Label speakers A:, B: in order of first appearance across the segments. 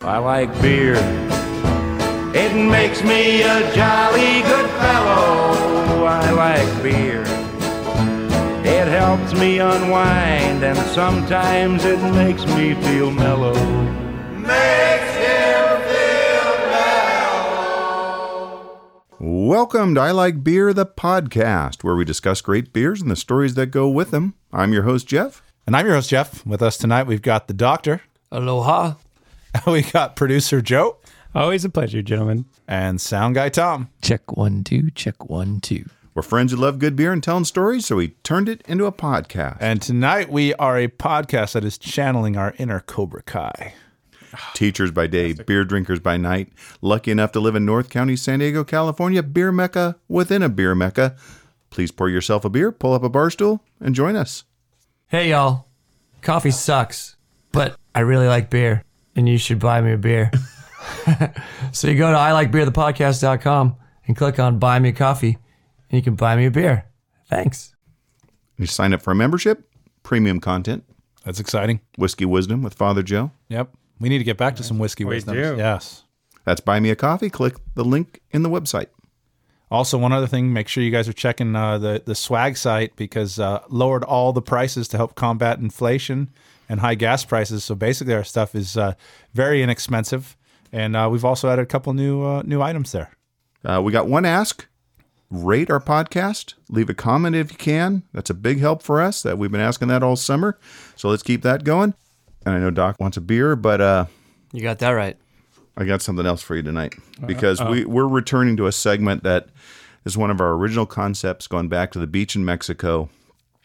A: I like beer. It makes me a jolly good fellow. I like beer. It helps me unwind and sometimes it makes me feel mellow. Makes him feel mellow.
B: Welcome to I Like Beer, the podcast, where we discuss great beers and the stories that go with them. I'm your host, Jeff.
C: And I'm your host, Jeff. With us tonight, we've got the doctor.
D: Aloha.
C: we got producer Joe.
E: Always a pleasure, gentlemen.
C: And sound guy Tom.
D: Check one, two, check one, two.
B: We're friends who love good beer and telling stories, so we turned it into a podcast.
C: And tonight we are a podcast that is channeling our inner Cobra Kai.
B: Teachers by day, beer drinkers by night. Lucky enough to live in North County, San Diego, California, beer mecca within a beer mecca. Please pour yourself a beer, pull up a bar stool, and join us.
D: Hey, y'all. Coffee sucks, but I really like beer, and you should buy me a beer. so you go to ilikebeerthepodcast.com and click on Buy Me a Coffee, and you can buy me a beer. Thanks.
B: You sign up for a membership, premium content,
C: That's exciting.
B: Whiskey Wisdom with Father Joe.
C: Yep. We need to get back to some whiskey wisdom.
E: do.
C: Yes.
B: That's Buy Me a Coffee. Click the link in the website.
C: Also, one other thing, make sure you guys are checking uh, the, the swag site because uh, lowered all the prices to help combat inflation and high gas prices. So basically, our stuff is uh, very inexpensive. And uh, we've also added a couple new uh, new items there.
B: Uh, we got one ask. Rate our podcast. Leave a comment if you can. That's a big help for us. That we've been asking that all summer. So let's keep that going. And I know Doc wants a beer, but uh,
D: You got that right.
B: I got something else for you tonight because we, we're returning to a segment that is one of our original concepts going back to the beach in Mexico,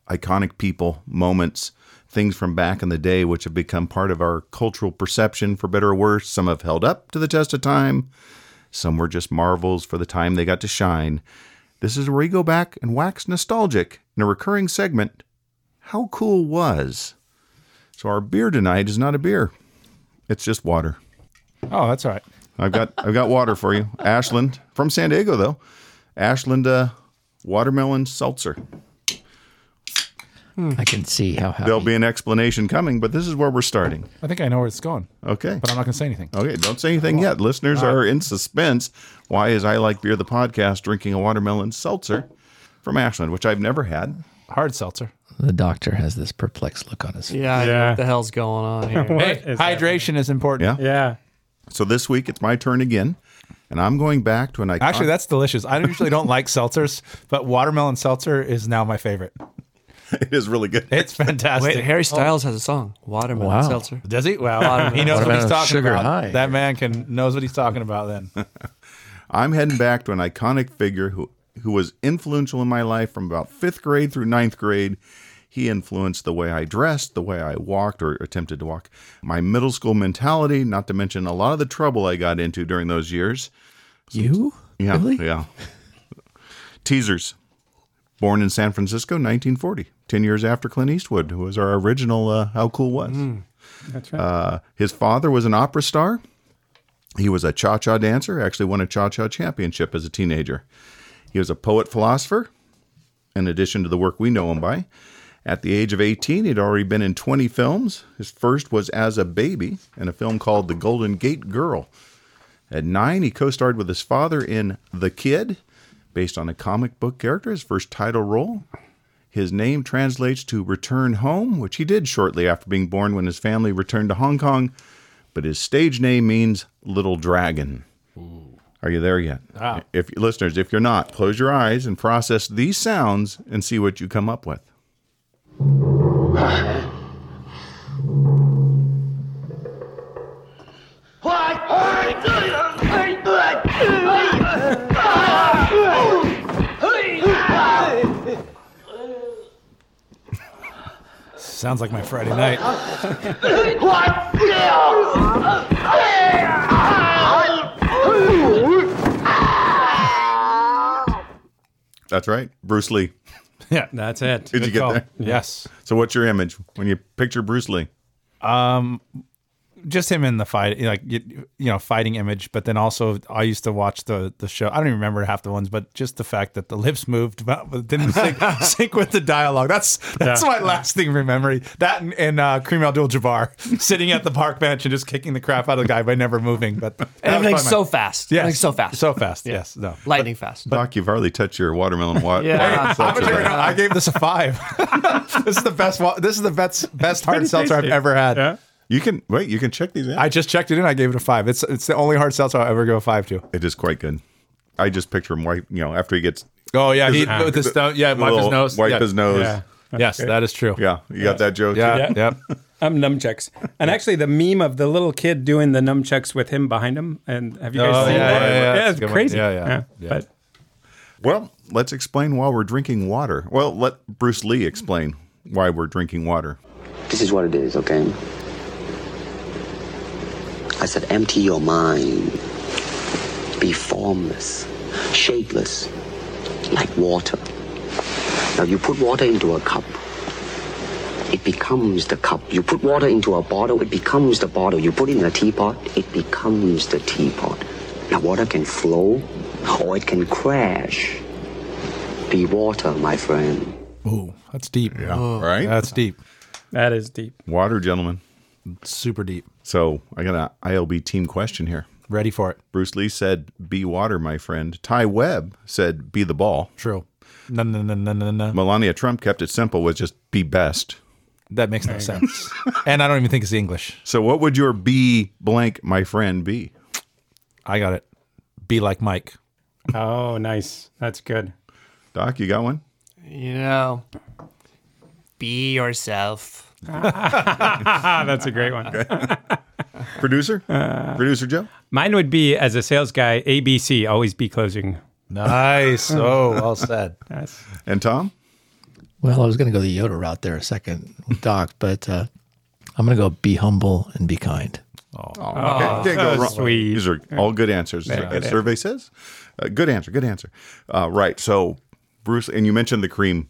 B: iconic people, moments, things from back in the day, which have become part of our cultural perception, for better or worse. Some have held up to the test of time, some were just marvels for the time they got to shine. This is where we go back and wax nostalgic in a recurring segment. How cool was? So, our beer tonight is not a beer, it's just water.
C: Oh, that's all right.
B: I've got I've got water for you. Ashland from San Diego though. Ashland uh, watermelon seltzer.
D: I can see how happy.
B: There'll be an explanation coming, but this is where we're starting.
C: I think I know where it's going,
B: Okay.
C: but I'm not going to say anything.
B: Okay, don't say anything yet. Listeners are in suspense. Why is I Like Beer the podcast drinking a watermelon seltzer from Ashland, which I've never had.
C: Hard seltzer.
D: the doctor has this perplexed look on his face.
F: Yeah, I know
E: Yeah.
F: what the hell's going on here?
C: Hey,
E: is
C: hydration is important.
B: Yeah.
E: Yeah.
B: So this week it's my turn again, and I'm going back to an iconic
C: Actually, that's delicious. I usually don't like seltzers, but watermelon seltzer is now my favorite.
B: it is really good.
C: It's fantastic.
F: Wait, Harry Styles has a song, Watermelon
D: Wow.
F: Seltzer.
C: Does he? Wow, he knows what he's
D: Watermelon
C: talking
D: sugar
C: about.
D: high.
C: That man can knows what he's talking about. Then
B: I'm heading back to an iconic figure who who was influential in my life from about fifth grade through ninth grade. He influenced the way I dressed, the way I walked or attempted to walk, my middle school mentality, not to mention a lot of the trouble I got into during those years.
D: You?
B: Yeah,
D: Really?
B: yeah. Teasers. Born in San Francisco, 1940, 10 years after Clint Eastwood, who was our original uh, How Cool Was.
E: Hmm, That's right.
B: Uh, his father was an opera star. He was a cha cha dancer, actually won a cha cha championship as a teenager. He was a poet philosopher, in addition to the work we know him by. At the age of 18, he'd already been in 20 films. His first was as a baby in a film called The Golden Gate Girl. At nine, he co starred with his father in The Kid, based on a comic book character, his first title role. His name translates to return home, which he did shortly after being born when his family returned to Hong Kong, but his stage name means Little Dragon. Are you there yet? If listeners, if you're not, close your eyes and process these sounds and see what you come up with.
C: sounds like my Friday night.
B: That's right, Bruce Lee.
C: Yeah,
E: That's it.
B: Did you get
C: call.
B: there?
C: Yes.
B: So, what's your image when you picture Bruce Lee?
C: just him in the fight, like you, you know, fighting image. But then also, I used to watch the the show. I don't even remember half the ones, but just the fact that the lips moved but but didn't sync, sync with the dialogue. That's that's my lasting memory. That and, and uh, Kareem Abdul-Jabbar sitting at the park bench and just kicking the crap out of the guy by never moving. But that was
F: Everything's
C: probably
F: so
C: my-
F: fast.
C: Yes.
F: Everything's so fast.
C: so fast. Yes, no.
F: lightning fast.
B: Doc, you've hardly touched your watermelon wa-
F: Yeah.
B: water
C: I'm
B: seltzer
C: gonna
B: yet.
C: turn it on.
F: uh,
C: I gave this a five. this is the best. wa- This is the best best hard seltzer I've
E: tasty.
C: ever had.
E: Yeah.
B: You can wait. You can check these out.
C: I just checked it in. I gave it a five. It's it's the only hard seltzer I'll ever go a five to.
B: it is quite good. I just picture him wipe. You know, after he gets
C: Oh yeah, he
E: Ah.
C: with his thumb- yeah, wipe his
B: little-
C: nose.
B: wipe
C: yeah.
B: his nose.
C: Yeah. Yes, that is true.
B: Yeah, you got that joke.
C: Yeah,
E: Yeah.
C: yep.
E: I'm Um, nunchucks. And actually, the meme of the little kid doing the nunchucks with him behind him. And have you guys
C: Oh,
E: seen
C: yeah,
E: that?
C: yeah, yeah. That's
E: it's
C: a good one.
E: crazy.
C: Yeah, yeah, yeah.
E: But
B: Well, let's explain why we're drinking water. Well, let Bruce Lee explain why we're drinking water.
G: This is what it is, okay? I said, empty your mind. Be formless, shapeless, like water. Now, you put water into a cup, it becomes the cup. You put water into a bottle, it becomes the bottle. You put it in a teapot, it becomes the teapot. Now, water can flow or it can crash. Be water, my friend.
C: Ooh, that's deep. Yeah.
B: Right?
C: That's deep.
E: that is deep.
B: Water, gentlemen.
C: Super deep.
B: So I got an ILB team question here.
C: Ready for it.
B: Bruce Lee said, "Be water, my friend." Ty Webb said, "Be the ball."
C: True. No, no, no, no, no, no.
B: Melania Trump kept it simple with just "Be best."
C: That makes no sense. and I don't even think it's English.
B: So, what would your "Be blank, my friend" be?
C: I got it. Be like Mike.
E: Oh, nice. That's good.
B: Doc, you got one?
F: You know, be yourself.
E: Ah, that's a great one.
B: Producer,
C: Uh,
B: producer Joe.
E: Mine would be as a sales guy, ABC, always be closing.
C: Nice. Oh, well said.
E: That's
B: And Tom?
H: Well, I was going to go the Yoda route there a second, with Doc, but uh, I'm going to go be humble and be kind.
B: Okay, didn't go
E: Ah, so
B: wrong.
E: sweet.
B: These are all good answers. is what
E: good
B: the survey says. Uh, good answer. Good answer. Uh, right. So, Bruce, and you mentioned the cream.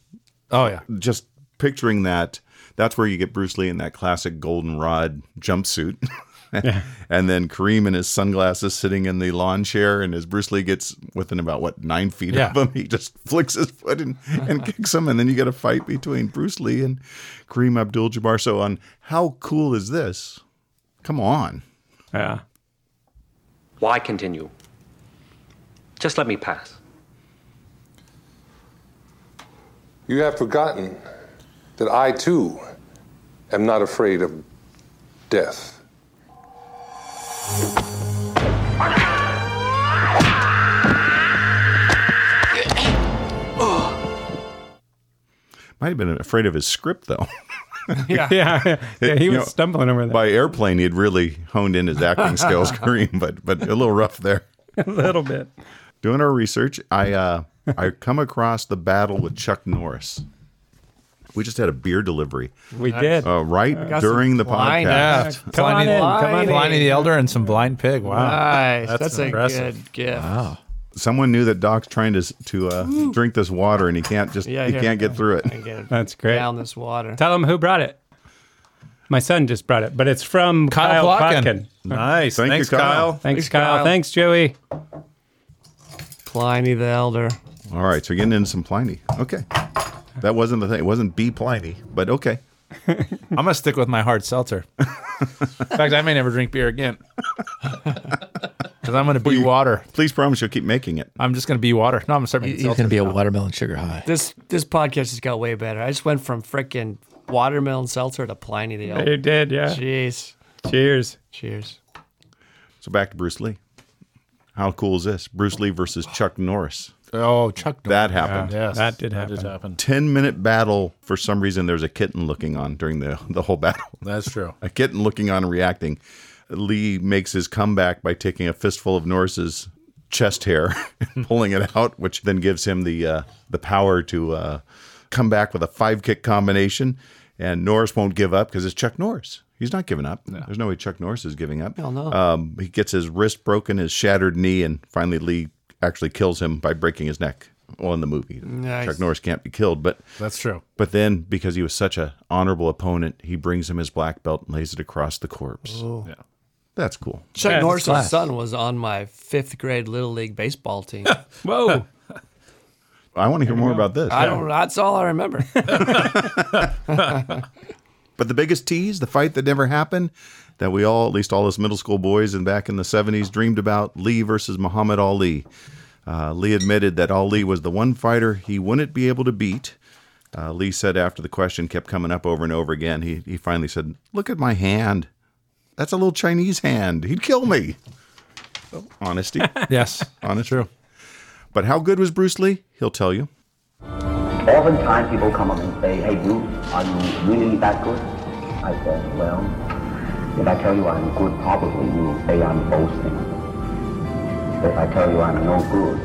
C: Oh yeah.
B: Just picturing that, that's where you get Bruce Lee in that classic goldenrod jumpsuit. and then Kareem in his sunglasses sitting in the lawn chair. And as Bruce Lee gets within about, what, nine feet
C: Yeah.
B: of him, he just flicks his foot and, and kicks him. And then you get a fight between Bruce Lee and Kareem Abdul Jabbar. So, on how cool is this? Come on.
E: yeah.
I: Why continue? Just let me pass.
J: You have forgotten that I too am not afraid of death.
B: Might have been afraid of his script though.
E: Yeah. yeah he
B: You
E: was
B: know,
E: stumbling over that.
B: By airplane, he had really honed in his acting skills, Kareem, but but a little rough there.
E: a little bit.
B: Doing our research, I uh, I come across the battle with Chuck Norris. We just had a beer delivery
E: We did.
B: uh, right during the
F: blind
B: podcast.
C: Yeah.
E: Come on in, come on in.
C: Pliny the Elder and some blind pig. Wow.
F: Nice. That's, a
C: impressive.
F: good gift.
B: Someone knew that Doc's trying to s- to uh, drink this water, and he can't just
F: Yeah,
B: he
F: here.
B: can't get through it.
F: Get
E: That's great.
F: down this water.
E: Tell him who brought it. My son just brought it, but it's from Kyle, Plotkin.
C: Nice.
B: Thank
C: Thanks,
B: you, Kyle.
C: Kyle.
E: Thanks,
F: Thanks,
E: Kyle.
F: Kyle.
E: Thanks, Joey.
F: Pliny the Elder.
B: All right, so we're getting into some Pliny. Okay, that wasn't the thing. It wasn't B Pliny, but okay.
C: I'm gonna stick with my hard seltzer. In fact, I may never drink beer again because I'm gonna be water.
B: Please promise you'll keep making it.
C: I'm just gonna be water. No, I'm gonna start making
H: He's going to be a watermelon sugar high.
F: This this podcast just got way better. I just went from frickin' watermelon seltzer to Pliny the Elder.
E: You did, yeah.
F: Jeez.
E: Cheers.
F: Cheers.
B: So back to Bruce Lee. How cool is this? Bruce Lee versus Chuck Norris.
C: Oh, Chuck. Norris.
B: That happened.
C: Yes,
E: That did happen.
C: That did happen.
B: 10 minute battle. For some reason, there's a kitten looking on during the, the whole battle.
C: That's true.
B: A kitten looking on and reacting. Lee makes his comeback by taking a fistful of Norris's chest hair and pulling it out, which then gives him the, uh, the power to uh, come back with a five kick combination. And Norris won't give up because it's Chuck Norris. He's not giving up. There's no way Chuck Norris is giving up.
F: Hell no.
B: Um, he gets his wrist broken, his shattered knee, and finally Lee actually kills him by breaking his neck. well in the movie.
C: Nice.
B: Chuck Norris can't be killed, but
C: That's true.
B: But then because he was such an honorable opponent, he brings him his black belt and lays it across the corpse.
C: Yeah.
B: That's cool.
F: Chuck
B: Yeah,
F: Norris's
B: class.
F: son was on my fifth grade little league baseball team.
E: Whoa!
B: I want to hear more about this.
F: I don't. That's all I remember.
B: But the biggest tease, the fight that never happened, that we all, at least all us middle school boys and back in the 70s, dreamed about Lee versus Muhammad Ali. Uh, Lee admitted that Ali was the one fighter he wouldn't be able to beat. Uh, Lee said after the question kept coming up over and over again, he, he finally said, Look at my hand. That's a little Chinese hand. He'd kill me. Honesty.
C: yes.
B: Honest. True. But how good was Bruce Lee? He'll tell you.
K: Oftentimes people come up and say, hey, Duke, are you really that good? I said, well, if I tell you I'm good, probably you will say I'm boasting. If I tell you I'm no good,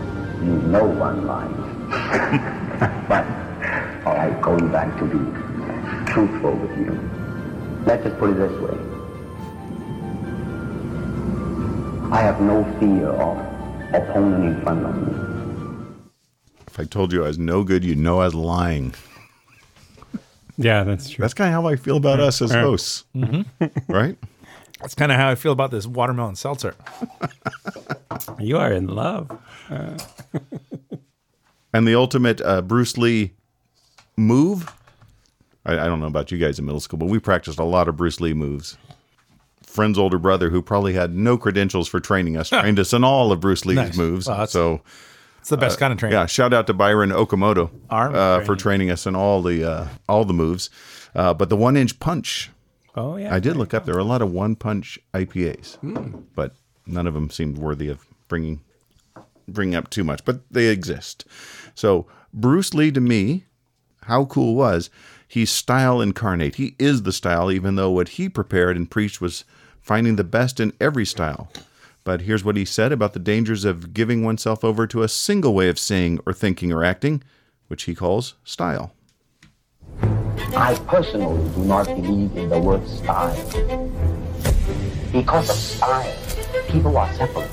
K: you know I'm lying. but, all right, going back to be truthful with you, let's just put it this way. I have no fear of opponent in front of me.
B: If I told you I was no good, you'd know I was lying.
E: Yeah, that's true.
B: That's kind of how I feel about us as
C: Yeah.
B: hosts,
C: Mhm.
B: right?
C: That's kind of how I feel about this watermelon seltzer.
E: you are in love.
B: And the ultimate uh, Bruce Lee move. I, I don't know about you guys in middle school, but we practiced a lot of Bruce Lee moves. Friend's older brother, who probably had no credentials for training us, trained us in all of Bruce Lee's
C: Nice.
B: moves.
C: Well, that's-
B: so
C: It's the best
B: uh,
C: kind of training.
B: Yeah, shout out to Byron Okamoto
C: Arm
B: uh, for training us in all the uh, all the moves. Uh, but the one inch punch.
E: Oh yeah.
B: I did look up. There were a lot of one punch IPAs, but none of them seemed worthy of bringing bringing up too much. But they exist. So Bruce Lee, to me, how cool was he's style incarnate. He is the style, even though what he prepared and preached was finding the best in every style. But here's what he said about the dangers of giving oneself over to a single way of seeing or thinking or acting, which he calls style.
K: I personally do not believe in the word style. Because of style, people are separate.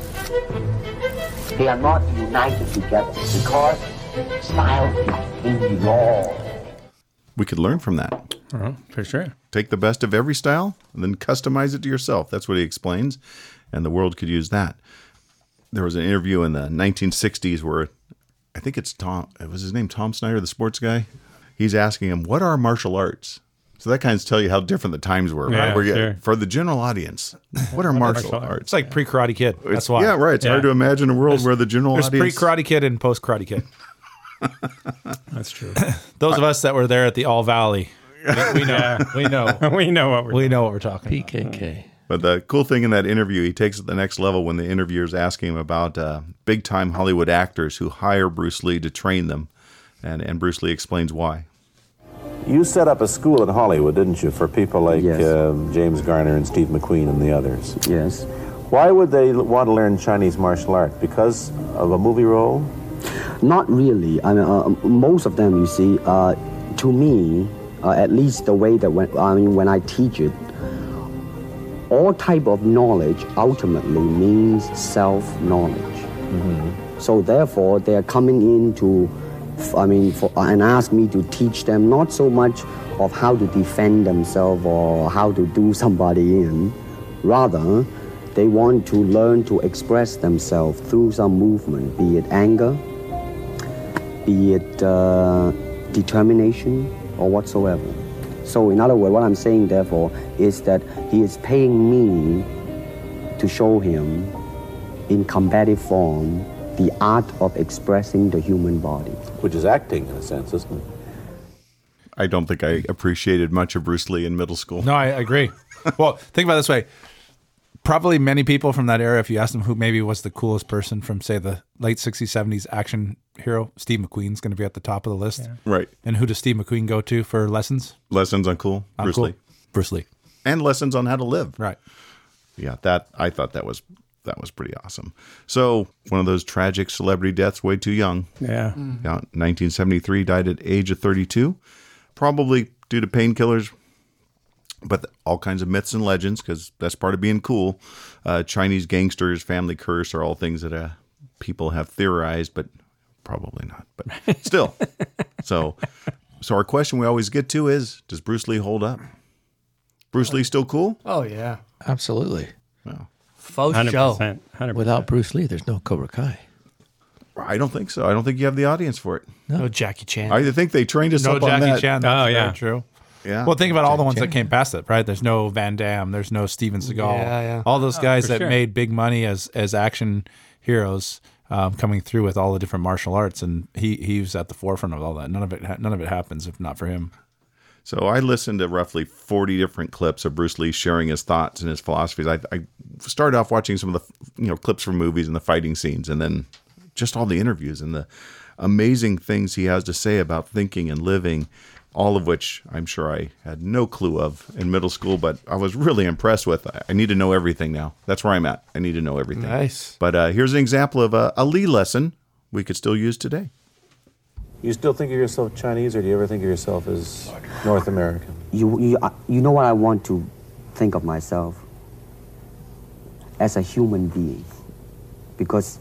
K: They are not united together because style is in law.
B: We could learn from that.
E: Oh, for sure.
B: Take the best of every style and then customize it to yourself. That's what he explains. And the world could use that. There was an interview in the 1960s where I think it's Tom, it was his name Tom Snyder, the sports guy. He's asking him, What are martial arts? So that kind of tells you how different the times were,
C: Yeah,
B: right? Where you-
C: sure.
B: For the general audience, what are martial arts?
C: It's like pre Karate Kid. That's why.
B: yeah, right. It's hard to imagine a world where the general
C: There's pre
B: audience.
C: Karate Kid and post Karate Kid.
E: That's true.
C: Those of us that were there at the All Valley, we, we know, we know,
E: we know what we're
C: we know what we're talking.
H: PKK.
B: But the cool thing in that interview, he takes it the next level when the interviewer's asking him about uh, big time Hollywood actors who hire Bruce Lee to train them. And, and Bruce Lee explains why.
L: You set up a school in Hollywood, didn't you, for people like um, James Garner and Steve McQueen and the others? Yes. Why would they l- want to learn Chinese martial art? Because of a movie role?
K: Not really. I mean, uh, most of them, you see, uh, to me, uh, at least the way that when I mean when I teach it, all type of knowledge ultimately means self-knowledge. So therefore, they are coming in to, f- I mean, for, uh, and ask me to teach them not so much of how to defend themselves or how to do somebody in, rather. They want to learn to express themselves through some movement, be it anger, be it uh, determination or whatsoever. So, in other words, what I'm saying, therefore, is that he is paying me to show him, in combative form, the art of expressing the human body.
L: Which is acting, in a sense, isn't it?
B: I don't think I appreciated much of Bruce Lee in middle school.
C: No, I agree. well, think about it this way. Probably many people from that era, if you ask them who maybe was the coolest person from, say, the late 60s, 70s action hero, Steve McQueen's going to be at the top of the list.
B: Right.
C: And who does Steve McQueen go to for lessons?
B: Lessons on cool,
C: On
B: Bruce
C: cool.
B: Lee.
C: Bruce Lee.
B: And lessons on how to live.
C: Right.
B: Yeah, that I thought that was that was pretty awesome. So one of those tragic celebrity deaths way too young.
E: Yeah.
B: Yeah, 1973, died at age of 32, probably due to painkillers, but th- all kinds of myths and legends because that's part of being cool. Uh, Chinese gangsters, family curse are all things that uh, people have theorized, but Probably not, but still. so, so our question we always get to is: Does Bruce Lee hold up? Bruce Lee still cool?
F: Oh yeah.
H: Absolutely.
B: Wow.
F: Faux show.
H: Without Bruce Lee, there's no Cobra Kai.
B: I don't think so. I don't think you have the audience for it.
F: No, Jackie Chan.
B: I think they trained us
C: no
B: up
C: Jackie
B: on that.
C: Chan. Oh, That's very true.
B: Yeah.
C: Well, think about all the
B: Jackie
C: ones
B: Chan.
C: that came past it, right? There's no Van Damme. There's no Steven Seagal.
B: Yeah, yeah.
C: All those
B: Oh,
C: guys
B: for
C: that
B: sure.
C: made big money as as action heroes um, coming through with all the different martial arts, and he he was at the forefront of all that. None of it ha- none of it happens if not for him.
B: So I listened to roughly 40 different clips of Bruce Lee sharing his thoughts and his philosophies. I, I started off watching some of the you know clips from movies and the fighting scenes, and then just all the interviews and the amazing things he has to say about thinking and living, all of which I'm sure I had no clue of in middle school, but I was really impressed with. I, I need to know everything now. That's where I'm at. I need to know everything.
L: Nice.
B: But uh, here's an example of a, a Lee lesson we could still use today.
L: You still think of yourself Chinese, or do you ever think of yourself as North American?
K: You, you, I- you know what I want to think of myself as a human being, because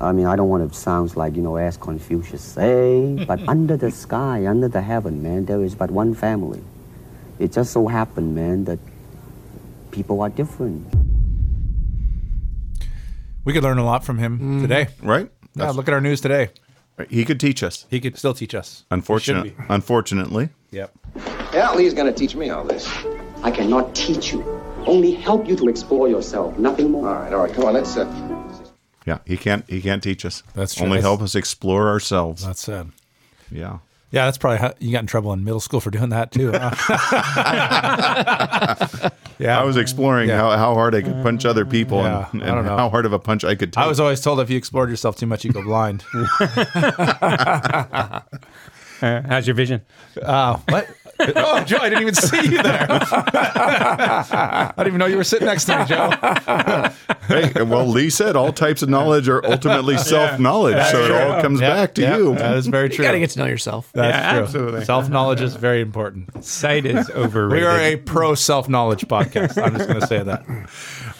K: I mean I don't want to sound like you know as Confucius say, but under the sky, under the heaven, man, there is but one family. It just so happened, man, that people are different.
C: We could learn a lot from him
B: Mm.
C: today,
B: right?
C: Yeah, look at our news today.
B: He could teach us.
C: He could still teach us.
B: Unfortunate, unfortunately.
C: Yep.
G: Yeah, Lee's gonna teach me all this.
K: I cannot teach you, only help you to explore yourself, nothing more.
G: All right, all right, come on, let's. Uh...
B: Yeah, he can't. He can't teach us. That's
C: true.
B: Only
C: That's-
B: help us explore ourselves.
C: That's sad.
B: Yeah.
C: Yeah, that's probably how you got in trouble in middle school for doing that too. huh?
B: Yeah. I was exploring
C: Yeah.
B: how, how hard I could punch other people
C: Yeah,
B: and,
C: I
B: and
C: don't know.
B: how hard of a punch I could take.
C: I was always told if you explored yourself too much, you go blind. Oh,
E: how's your vision?
C: Uh, what? oh, Joe, I didn't even see you there. I didn't even know you were sitting next to me, Joe.
B: hey, well, Lee said all types of knowledge are ultimately
C: Yeah.
B: self knowledge,
C: That's
B: so
C: true.
B: it all comes
C: Yep,
B: back to
C: yep,
B: you.
C: That is very true.
F: You gotta get to know yourself.
C: That's
E: Yeah,
C: true.
E: absolutely.
C: Self knowledge is very important.
E: Sight is
C: We
E: overrated.
C: are a pro self knowledge podcast. I'm just going to say that.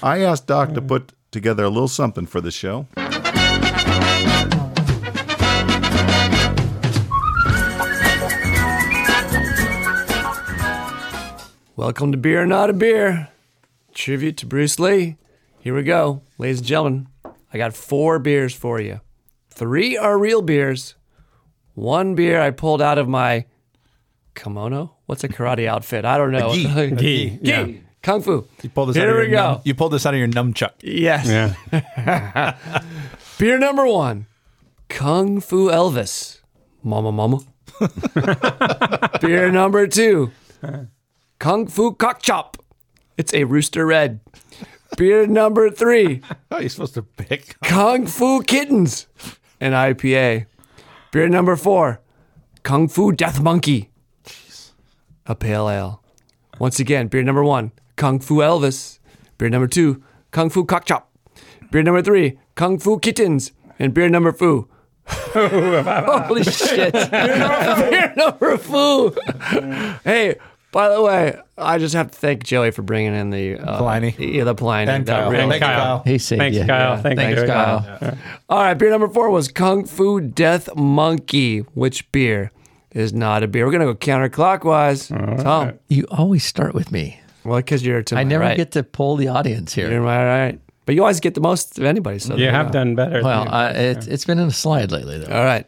B: I asked Doc to put together a little something for the show.
F: Welcome to Beer Not a Beer. Tribute to Bruce Lee. Here we go. Ladies and gentlemen, I got four beers for you. Three are real beers. One beer I pulled out of my kimono. What's a karate outfit? I don't know.
C: A gi. A
E: E.
C: gi,
F: Gi.
C: yeah.
F: Kung Fu. You
C: pulled this out
F: Here
C: of your
F: we go.
C: num- you pulled this out of your nunchuck.
F: Yes. Beer number one Kung Fu Elvis. Mama, mama. Beer number two Kung Fu Cock Chop. It's a rooster red. Beer number three
C: Oh, you're supposed to pick.
F: Kung Fu Kittens. An IPA. Beer number four Kung Fu Death Monkey. A pale ale. Once again, beer number one, Kung Fu Elvis. Beer number two, Kung Fu Cock Chop. Beer number three, Kung Fu Kittens. And beer number foo. Holy shit. beer number foo. hey, by the way, I just have to thank Joey for bringing in the uh, Pliny. Yeah, the Pliny.
C: And
F: That
C: Kyle.
F: really-
C: Thank you, Kyle.
H: He saved
F: Thanks,
H: you.
F: Kyle.
H: Yeah.
F: Thank
H: Thanks,
F: you.
H: Kyle.
F: All right, beer number four was Kung Fu Death Monkey, which beer is not a beer. We're going to go counterclockwise. Tom.
H: You always start with me.
F: Well, because you're to
H: I
F: my
H: never
F: right.
H: get to pull the audience here.
F: You're my right. But you always get the most of anybody. So there go.
H: Well, I, it, it's been in a slide lately, though.
F: All right.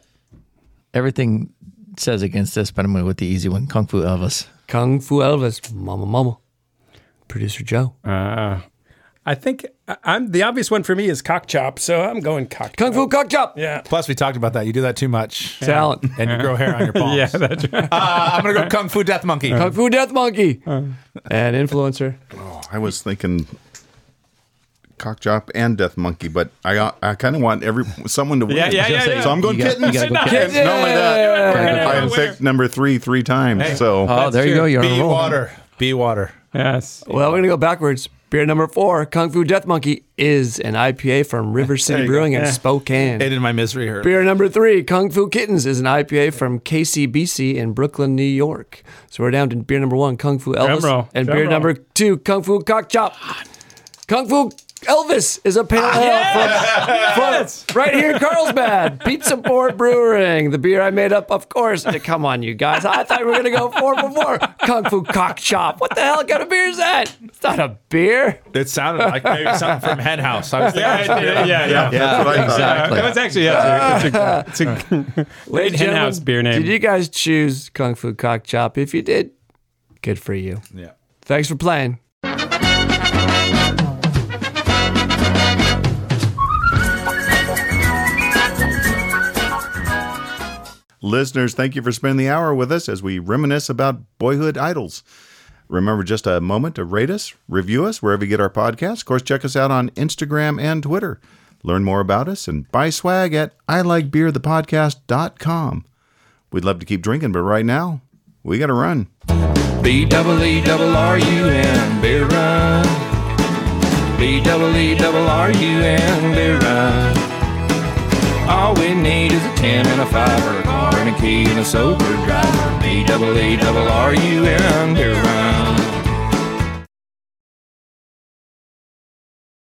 H: Everything says against this, but I'm going with the easy one Kung Fu Elvis.
F: Kung Fu Elvis, Mama Mama. Producer Joe.
E: Uh, I think I- I'm the obvious one for me is cock chop, so I'm going cock
F: Kung Fu cock chop.
E: Yeah.
C: Plus, we talked about that. You do that too much.
F: Talent.
C: And you grow hair on your palms.
E: yeah, that's right.
C: Uh, I'm going to go Kung Fu Death Monkey.
F: Kung Fu Death Monkey.
C: Uh.
F: and influencer.
B: Oh, I was thinking cock chop and death monkey, but I I kind of want every someone to win.
E: Yeah, yeah, yeah, yeah.
B: So I'm going
E: You gotta-
B: kittens.
E: you gotta go Nice. kittens.
B: Not only
E: Yeah.
B: that,
E: We're gonna
B: I
E: have a
B: picked number three three times.
C: Hey.
B: So
H: Oh, there you go. You're on a
C: Be
H: roll.
C: water. Be water.
E: Yes.
F: Well, we're going to go backwards. Beer number four, Kung Fu Death Monkey, is an IPA from River City
C: you go.
F: Brewing in
C: Yeah.
F: Spokane.
C: Aided my misery hurt.
F: Beer number three, Kung Fu Kittens, is an IPA from KCBC in Brooklyn, New York. So we're down to beer number one, Kung Fu Elvis,
E: Drum roll,
F: and
E: drum
F: beer
E: roll.
F: number two, Kung Fu Cock Chop. Kung Fu Elvis is a pale ale from, from right here in Carlsbad. Pizza Port Brewing, the beer I made up, of course. Come on, you guys. I thought we were going to go four for four. Kung Fu Cock Chop. What the hell kind of beer is that? It's not a beer.
C: It sounded like maybe something from Hen House. I was thinking
F: Yeah,
C: something-
F: yeah, yeah, yeah.
C: that's what I thought.
F: Exactly.
E: That was actually yeah. It's a, it's a, it's a
F: Ladies and gentlemen,
E: in-house beer name.
F: Did you guys choose Kung Fu Cock Chop? If you did, good for you.
C: Yeah.
F: Thanks for playing.
B: Listeners, thank you for spending the hour with us as we reminisce about boyhood idols. Remember just a moment to rate us, review us wherever you get our podcast. Of course, check us out on Instagram and Twitter. Learn more about us and buy swag at ilikebeerthepodcast.com. We'd love to keep drinking, but right now, we got to run.
M: B double E double R U N beer run. B double E double R U N beer run. All we need is a ten and a fiver, a car and a key and a sober driver. B double E double R U N beer run.